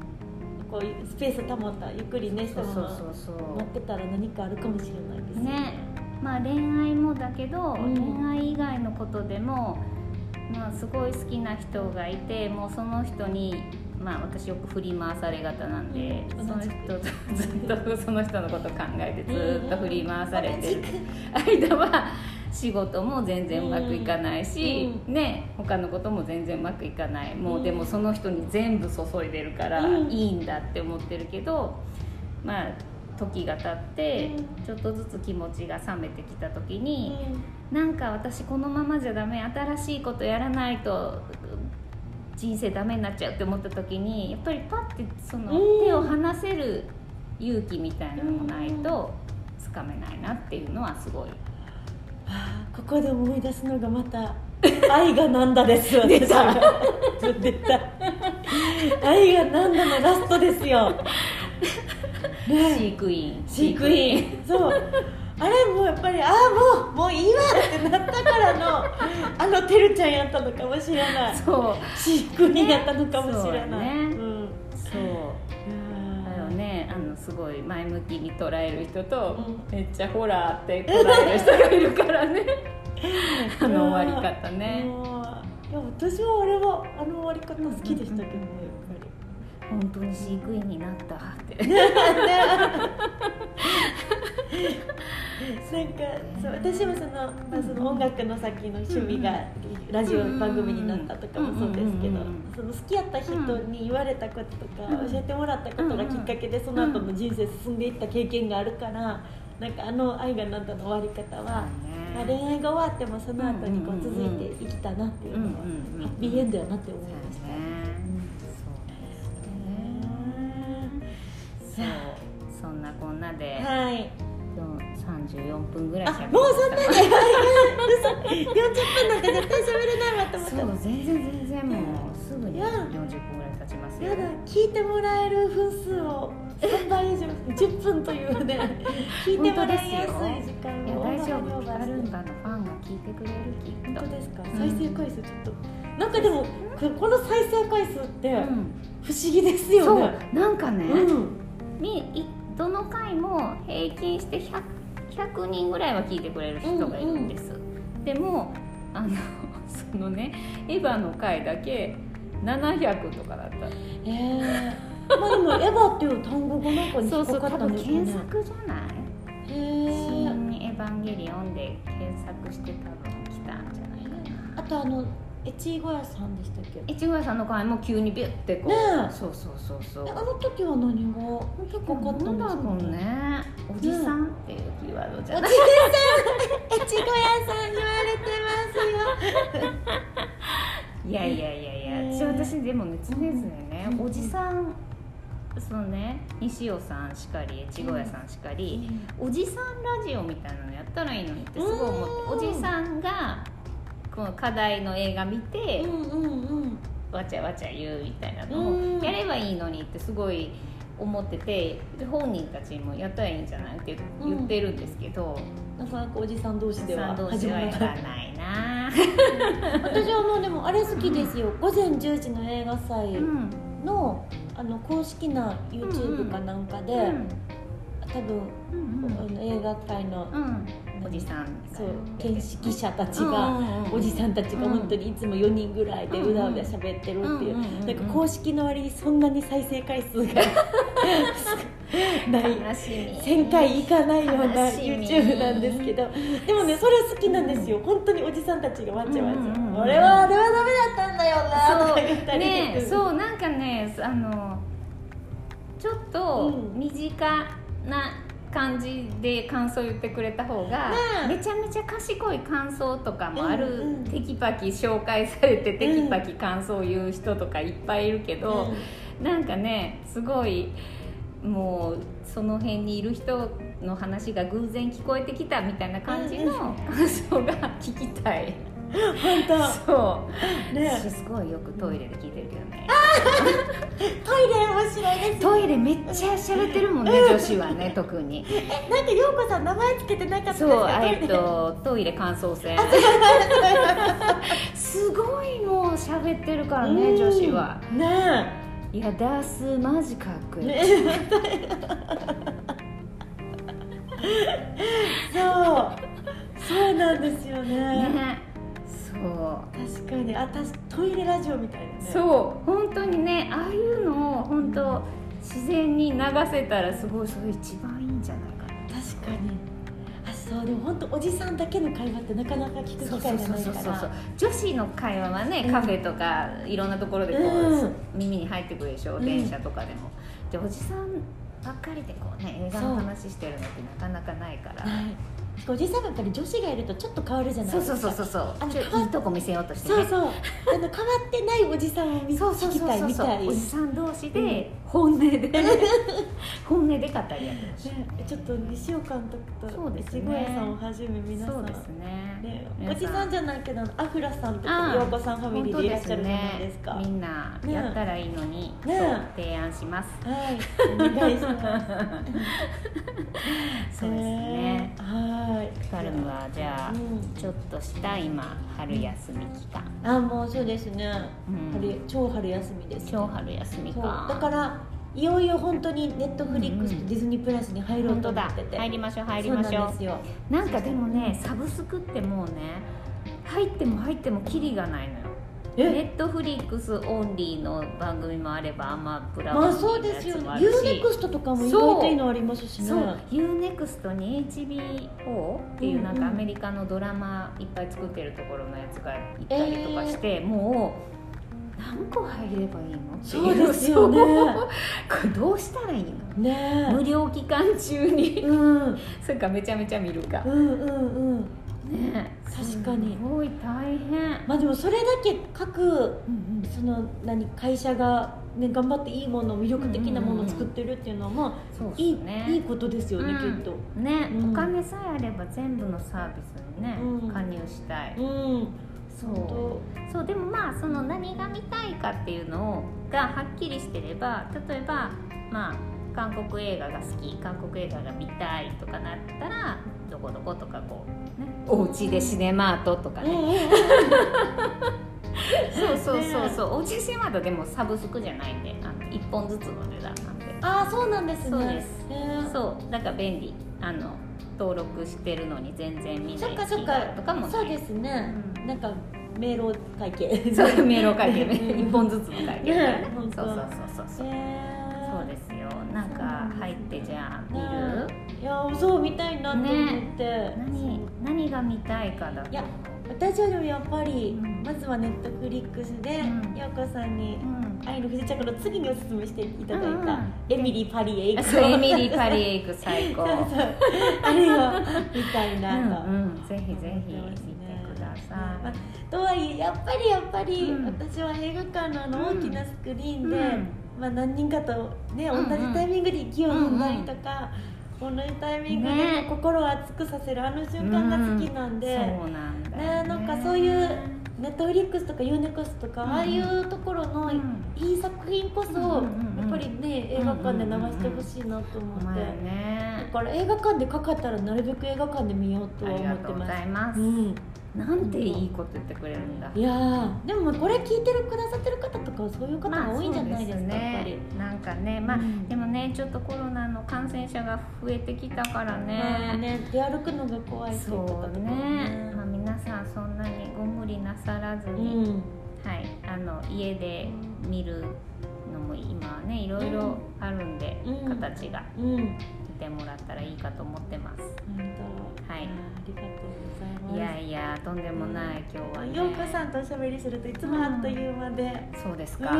B: こうスペース保ったゆっくりねし
A: そ
B: た
A: う
B: ま
A: そう
B: ま
A: そう
B: 待ってたら何かあるかもしれないですよ
A: ねまあ恋愛もだけど、
B: うん
A: 恋愛以外のことでも、まあ、すごい好きな人がいてもうその人に、まあ、私よく振り回され方なんで、
B: うん
A: その人とずっとその人のこと考えてずっと振り回されて
B: 同
A: る
B: じく
A: 間は仕事も全然うまくいかないし、ね、他のことも全然うまくいかないも
B: う
A: うんでもその人に全部注いでるから
B: うん
A: いいんだって思ってるけど、まあ時が経って
B: うん
A: ちょっとずつ気持ちが冷めてきた時に、なんか私このままじゃダメ新しいことやらないと人生ダメになっちゃうって思った時にやっぱりパッてその
B: うん
A: 手を離せる勇気みたいなのもないとつかめないなっていうのはすごい
B: あーここで思い出すのがまた愛がなんだです
A: (laughs)
B: 私が出た愛がなんだのラストですよね
A: 飼育員
B: 飼育員そうあれもうやっぱりああもうもういいわってなったからのあのてるちゃんやったのかもしれな
A: (laughs)
B: い
A: そう
B: 飼育員やったのかもしれ
A: そう
B: な
A: や
B: い、
A: ね
B: うん
A: そうあの
B: うん
A: ねあのすごい前向きに捉える人と、
B: う
A: めっちゃホラーって捉える人がいるから
B: (laughs)
A: ねあの終わり方ね
B: もういや私はあれはあの終わり方好きでしたけどねやっぱり。
A: 本当に飼育員になったって
B: なんかそう私もその,、まあ、その音楽の先の趣味がラジオ番組になったとかもそう
A: う
B: ですけど
A: んうんうん
B: その好きやった人に言われたことと
A: う
B: か
A: ん
B: 教えてもらったことがきっかけでその後の人生進んでいった経験があるからなんかあの「愛がなんだ」の終わり方は、まあ、恋愛が終わってもその後にこう続いていきたなっていうのは
A: うんうんうん
B: ハッピーエンドやなって思
A: そう
B: い
A: ね
B: ました。
A: そうですねそうそんなこんなで
B: はい
A: 今日34分ぐらい
B: あ
A: 喋り
B: も
A: ま
B: う
A: し
B: そん
A: た
B: なに嘘40分 (laughs) なんか絶対喋れないわと思った
A: そう全然全然もうすぐ
B: い
A: に
B: や
A: 40分ぐらい経ちますよ
B: やだ聞いてもらえる分数を3倍以上10分とい
A: (laughs)
B: うね聞いてもらいやすい時間
A: いや
B: を
A: 大丈
B: オー
A: 夫
B: バーオーバー
A: アル
B: して
A: ンバのファンが聞いてくれるきっ
B: 本
A: と
B: 当ですか
A: ん
B: 再生回数ちょっとなんかでもここの再生回数って
A: うん
B: 不思議ですよ
A: そ
B: ね
A: うなんかね、
B: うん
A: みいどの回も平均して 100, 100人ぐらいは聞いてくれる人がいるんです、でもあの (laughs) そのねエヴァの回だけ700とかだった
B: ええまあでもエヴァっていう単語がなんか引っ
A: そうそう
B: か
A: 多
B: かったん
A: 分
B: ですか
A: 検
B: ね
A: 索じゃない「
B: へえ
A: 新エヴァンゲリオン」で検索して多分来たんじゃないかな
B: あとあの越後屋さんでしたっけ
A: 越後屋さんの回も急にビュッてこう、
B: ねえ
A: そうそうそうそう
B: えあの時は何が結構かった
A: なん
B: んで
A: だ
B: す
A: ろ
B: か
A: う
B: ね
A: ねおじさんっていうキーワードじゃない
B: 越後屋さん言われてますよ
A: いやいやいやいや、
B: ね
A: ちょ私でもね常々ね、
B: うん
A: おじさんそのね西尾さんしかり越後屋さんしかり、おじさんラジオみたいなのやったらいいのにってすごい思っ
B: う
A: て
B: ん
A: おじさんがこの課題の映画見て、
B: うんうんうん
A: わちゃわちゃ言うみたいなの
B: う
A: を
B: ん
A: やればいいのにってすごい思っててで本人たちもやったらいいんじゃないって言ってるんですけど、
B: なかなかおじさん同士
A: お
B: で
A: じさ
B: は
A: ん同士
B: 始ま
A: は
B: ら
A: や
B: な
A: ら
B: い
A: ないな。
B: 私はもうでもあれ好きですよ、午前10時の映画祭
A: うん
B: の,、あの公式な YouTube かなんかで、
A: うん
B: 多分、
A: うんうん
B: あの映画界の、
A: うん、おじさん
B: そう見識者たちが、おじさ
A: ん
B: んたちが本当にいつも4人ぐらいでうだうだ喋ってるってい
A: う
B: う、
A: んうんうんうん
B: なんか公式の割にそんなに再生回数が (laughs) ない
A: 悲しみ
B: 1000回いかないような
A: 悲しみ
B: YouTube なんですけどでもねそれ好きなんですよ本当におじさんたちがわちゃわ
A: うん
B: ちゃ、
A: うんうん
B: 俺はあれはダメだったんだよなと
A: そ
B: か言った
A: う
B: り
A: ね
B: う
A: そうなんかねあのちょっと
B: うん
A: 身近な感じで感想言ってくれた方が、
B: ね
A: めちゃめちゃ賢い感想とかもある、
B: うんうん
A: テキパキ紹介されてテ
B: うん
A: キパキ感想言う人とかいっぱいいるけど、なんかねすごいもうその辺にいる人の話が偶然聞こえてきたみたいな感じの
B: うん
A: 感想が聞きたい
B: ん、本
A: そう、
B: 当ね
A: 私すごいよくトイレで聞いてるけどね
B: トイレ面白いです
A: トイレめっちゃ喋ってるもんね女子はね特に
B: えなんか陽子さん名前つけてなかったです
A: そう
B: かトイレ
A: えっとトイレ乾燥戦 (laughs) すごいもう喋ってるからね
B: うん
A: 女子は
B: ね
A: いやダースマジかっこ
B: え
A: いい、
B: ねえそうそうなんですよね
A: ねそう
B: 確かにあたしトイレラジオみたいなね
A: そう本当にねああいうのを本当自然に流せたらすごいそれ一番いいんじゃないかな
B: 確かにあそうでも本当おじさんだけの会話ってなかなか聞く機会がないから
A: 女子の会話はね
B: うん
A: カフェとかいろんなところでこう、
B: うん
A: 耳に入ってくるでしょ
B: うん
A: 電車とかでも、でおじさんばっかりでこうね映画の話してるのってなかなかないから
B: はいおじさんがやっぱり女子がいるとちょっと変わるじゃない
A: そ
B: で
A: う
B: す
A: そ
B: か
A: うそうそうそう
B: あの
A: ちょ
B: 変わっ
A: いいとこ見せようとして
B: そう
A: ね
B: そうあの変わってないおじさんを見
A: そうそう
B: 聞き
A: そう
B: たい
A: そう
B: 見
A: そ
B: た
A: う
B: い
A: おじさん同士で本音で、 (laughs) 本音で語り合ってほしい
B: ねちょっと西尾監督と
A: そうですね
B: 越後屋さんをはじめ皆さ
A: そ
B: ん
A: うですね
B: ね
A: 皆
B: おじさんじゃないけどアフラさんとか
A: ああ
B: 陽子さんファミリーでいらっしゃるじゃないですか
A: みんな
B: ね
A: やったらいいのに、
B: ね
A: と提案し
B: (laughs)
A: ます。
B: はいお願いします
A: そうですね。
B: はい
A: ファルムはじゃあ、
B: うん
A: ちょっとした今春休み期間、
B: あもうそうですね、
A: うん
B: 春超春休みです、ね、
A: 超春休み
B: そう
A: か。
B: だからいよいよ本当にネットフリックス
A: うんう
B: と
A: ん
B: ディズニープラスに入ろう
A: 本
B: と
A: 当
B: 思
A: だ
B: ってて、
A: 入りましょう入りまし
B: そう
A: ょ
B: なんですよ
A: うなんかでもねサブスクってもうね入っても入ってもキリがないのよネ
B: え
A: ットフリックスオンリーの番組もあればアマプラ
B: ま
A: オ
B: あ
A: ンリー
B: そう
A: の
B: です
A: や
B: よ
A: つ
B: ね
A: もあるし
B: UNEXT とかも意外といいのありますしね
A: そう UNEXT に HBO っていうなん
B: うん
A: か
B: う
A: ア
B: ん
A: メリカのドラマいっぱい作ってるところのやつがいたりとかして、もう何個入ればいいのっていう
B: そうですよ
A: (laughs)
B: ね
A: そうこれどうしたらいいの
B: ねえ
A: 無料期間中に (laughs)
B: うんうん
A: それかめちゃめちゃ見るかね
B: うんうん
A: え
B: 確かに
A: すごい大変
B: まあでもそれだけ各
A: うん
B: その何会社が、ね、頑張っていいもの魅力的なものを作ってるっていうのは、まあ、
A: そうっす
B: いい
A: ね
B: いいことですよね、
A: うん
B: きっと。
A: ね、
B: うん
A: お金さえあれば全部のサービスにね、
B: うん
A: 加入したい、
B: うん、
A: そうそうでもまあその何が見たいかっていうのをがはっきりしてれば例えばまあ韓国映画が好き韓国映画が見たいとかなったらどこどことかこうねお家でシネマートとか
B: うんう
A: ね、
B: んうん
A: そうそうそうそうおうちシネマートでもサブスクじゃないんであの1本ずつの値段なんで
B: ああそうなんですね
A: そうです
B: へー
A: そうだから便利あの登録してるのに全然見な
B: そっ
A: い
B: かそっ
A: 映画
B: か
A: とかも
B: そう
A: ない
B: ですね、
A: うん
B: なんか迷路会計
A: そう
B: へ
A: いう迷路会計ね
B: うん
A: 1本ずつの会計だからね
B: ね
A: そう
B: 本当
A: そうそうそうそう
B: ー
A: そうですよ。なんか入ってじゃあ見
B: ね
A: る。
B: いやーそう見たいなって思って、
A: 何何が見たいかだと。
B: いや私はでもやっぱり、
A: うん
B: まずはネットフリックスで、
A: うん
B: ようこさんに
A: うん。
B: 愛の不時着の次におすすめしていただいた、
A: うんうん
B: エミリー・パリへ行
A: あ
B: く
A: そうエミリーパリへ行く最
B: (laughs) そう
A: 高。
B: そうあれを見たいうなと、
A: んうん。ぜひぜひ見てくださ
B: まあとはいえやっぱりやっぱり、
A: うん
B: 私は映画館のあの
A: う
B: 大
A: ん
B: きなスクリー
A: い。
B: ンで、まあ、何人かと、ね、
A: うん
B: 同
A: うん
B: じタイミングで息を飲んだりとか、同じタイミングで
A: ね
B: 心を熱くさせるあの瞬間が好きなんで、
A: そうなんだよね。
B: ね、なんかそういうネットフリックスとかユーネクスとか、
A: うん
B: ああいうところ
A: う
B: の
A: ん
B: いい作品こそ、
A: うんうんうん
B: やっぱりね映画館で流してほしいなと思
A: お
B: って、
A: 前
B: だ
A: ね。
B: から映画館でかかったらなるべく映画館で見ようと
A: あ
B: は
A: り
B: 思
A: が
B: っ
A: と
B: て
A: うご
B: ます
A: ざいま
B: う
A: す。
B: ん、
A: なんていいこと言ってくれるんだ。
B: いやーでもこれ聞いてるくださってる方とかはそういう方が多いんじゃないですか、
A: まあ
B: やっぱ
A: そう
B: り
A: で。すねなんかね、まあ、
B: うん
A: でもね、ちょっとコロナの感染者が増えてきたから
B: まあ
A: ね。
B: ね、出歩くのが怖いっていう方と
A: そ
B: か
A: うね、まあ、皆さんそんなにご無理なさらず
B: う
A: に、
B: ん、
A: はい、あの家で見るのも今はねいろいろあるんで、
B: うん
A: 形が
B: うん、
A: 見てもらったらいいかと思ってます、
B: 本当。
A: はい
B: あーありがとうご
A: い
B: ざいます
A: や。いやとんでもない今日はね
B: ようこさんとおしゃべりするといつもあっという間で、
A: そうです
B: うん
A: か、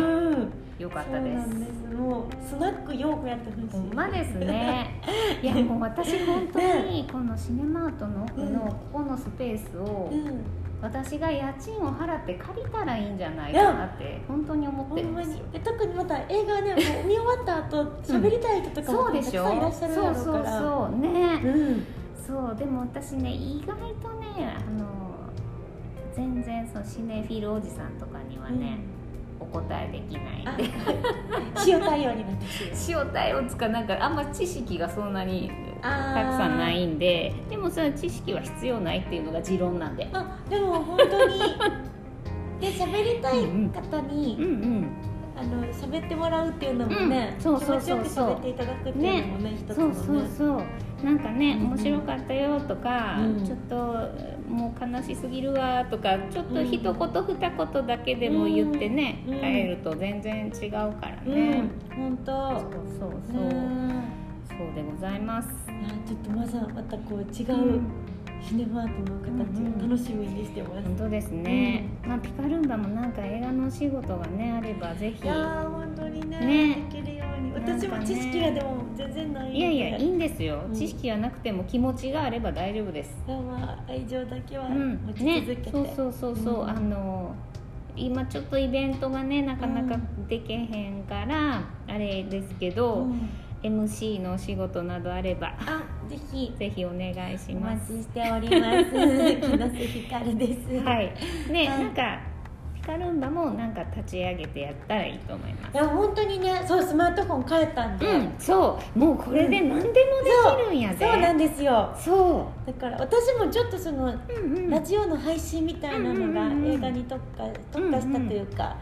A: よかったです
B: そうなんですもうスナックようこやってほしい
A: ほんまですねいやもう私本当にこのシネマートの奥の
B: うん
A: ここのスペースを
B: うん
A: 私が家賃を払って借りたらいいんじゃないかなって本当に思っ
B: ほ
A: てる
B: ん
A: ん
B: ま
A: です
B: に
A: よ
B: で特にまた映画はねもう見終わった後喋りたい人とかも
A: そう
B: た
A: で
B: くさ
A: しょ
B: んいらっしゃるだ
A: そう
B: ろう
A: そ
B: か
A: う
B: ら
A: そうね
B: うん
A: そうでも私ね意外とねあの全然そのシネフィルおじさんとかにはね、お答えできないんで
B: あ塩対応になってほしい
A: 塩対応つかなんかあんま知識がそんなに
B: あー
A: たくさんないんででもその知識は必要ないっていうのが持論なんで
B: あでも本
A: (laughs)
B: 当にで喋りたい方に、
A: うんうん
B: あの喋ってもらうっていうのもね、
A: うんそうそうそう
B: 気持ちよく喋っていただくっていうのもね一つ
A: そ
B: の
A: う
B: ね
A: そうそうなんかね
B: うん
A: 面白かったよとか、
B: うん
A: ちょっともう悲しすぎるわとかちょっと一言二言だけでも言ってね、
B: うん
A: 帰ると全然違うから
B: う
A: ね、
B: ん本当
A: そうそうそう、
B: ね
A: そうでございます
B: えいやちょっとまずはまたこう違
A: う
B: うんシネマート
A: う
B: の
A: ん
B: 形を楽しみにしてます、
A: 本当ですね、まあピカルンバもなんか映画のお仕事がねあればぜひ
B: いやー本当にね
A: ね
B: できるように
A: なんかね
B: 私も知識がでも全然ないんで
A: いやいやいいんですよ、
B: うん
A: 知識がなくても気持ちがあれば大丈夫です
B: でもまあ愛情だけは
A: うん
B: 持ち
A: ね
B: 続けて、
A: そうそうそうそう、
B: うん
A: あの今ちょっとイベントがねなかなかでけへんから、あれですけど、
B: うん
A: MC のお仕事などあれば
B: あぜひ
A: ぜひお願いし
B: お
A: ま
B: 待
A: す
B: ちしております。木下ひかるです。
A: はいね、
B: (laughs) はい
A: なんかピカルンバもなんか立ち上げてやったらいいと思います
B: いや本当にね、そうスマートフォン変えたんで、
A: うん、そう、もうこれで何でもできるんやで。
B: そうなんですよ。
A: そ
B: だから私もちょっとその、
A: う。うんうん
B: ラジオの配信みたいなの
A: う
B: が
A: んうんうんうん
B: 映画に特化特化したというか、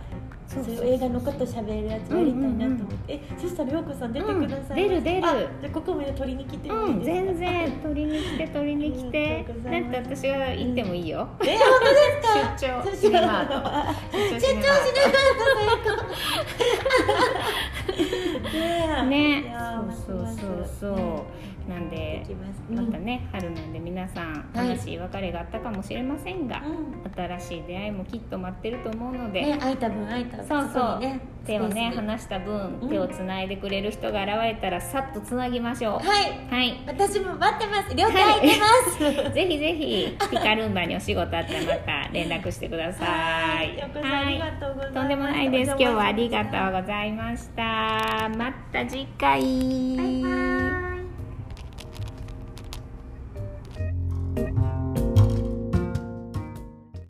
A: そう
B: そう
A: そうそ
B: い
A: う
B: う映画のこと喋るやつをやりたいなと思って、えそしたらようこさん出てください、
A: うん出る出る
B: あじゃあここも取りに来ても
A: う
B: いい
A: ん、
B: ですか、
A: 全
B: (laughs)
A: 然取りに来て取りに来て
B: ありがとうご。ざ
A: ないん
B: ます
A: て私は行ってもいいよ。
B: え本当ですか
A: 出張シネマート。出張
B: 出張しなかった最高
A: ね
B: いやーます
A: そう
B: ます
A: そうそうそう。なんで
B: でき。ます
A: またね、春なんで皆さん
B: はい
A: 悲しい別れがあったかもしれませんが、
B: うん
A: 新しい出会いもきっと待ってると思うので、
B: ね、会えた分会えた分
A: そうそう
B: こにね
A: 手をね
B: スペースに
A: 離した分
B: うん
A: 手をつないでくれる人が現れたらさっとつなぎましょ
B: はいう
A: はい
B: 私も待ってます了解空いてます、は
A: ぜひぜひピカルンバにお仕事あったらまた連絡してくだ
B: (laughs)
A: さい
B: よくさん
A: は
B: あり
A: い
B: がとうございます、
A: とんでもないです今日はありがと
B: う
A: うございましたまた次回
B: バイバイ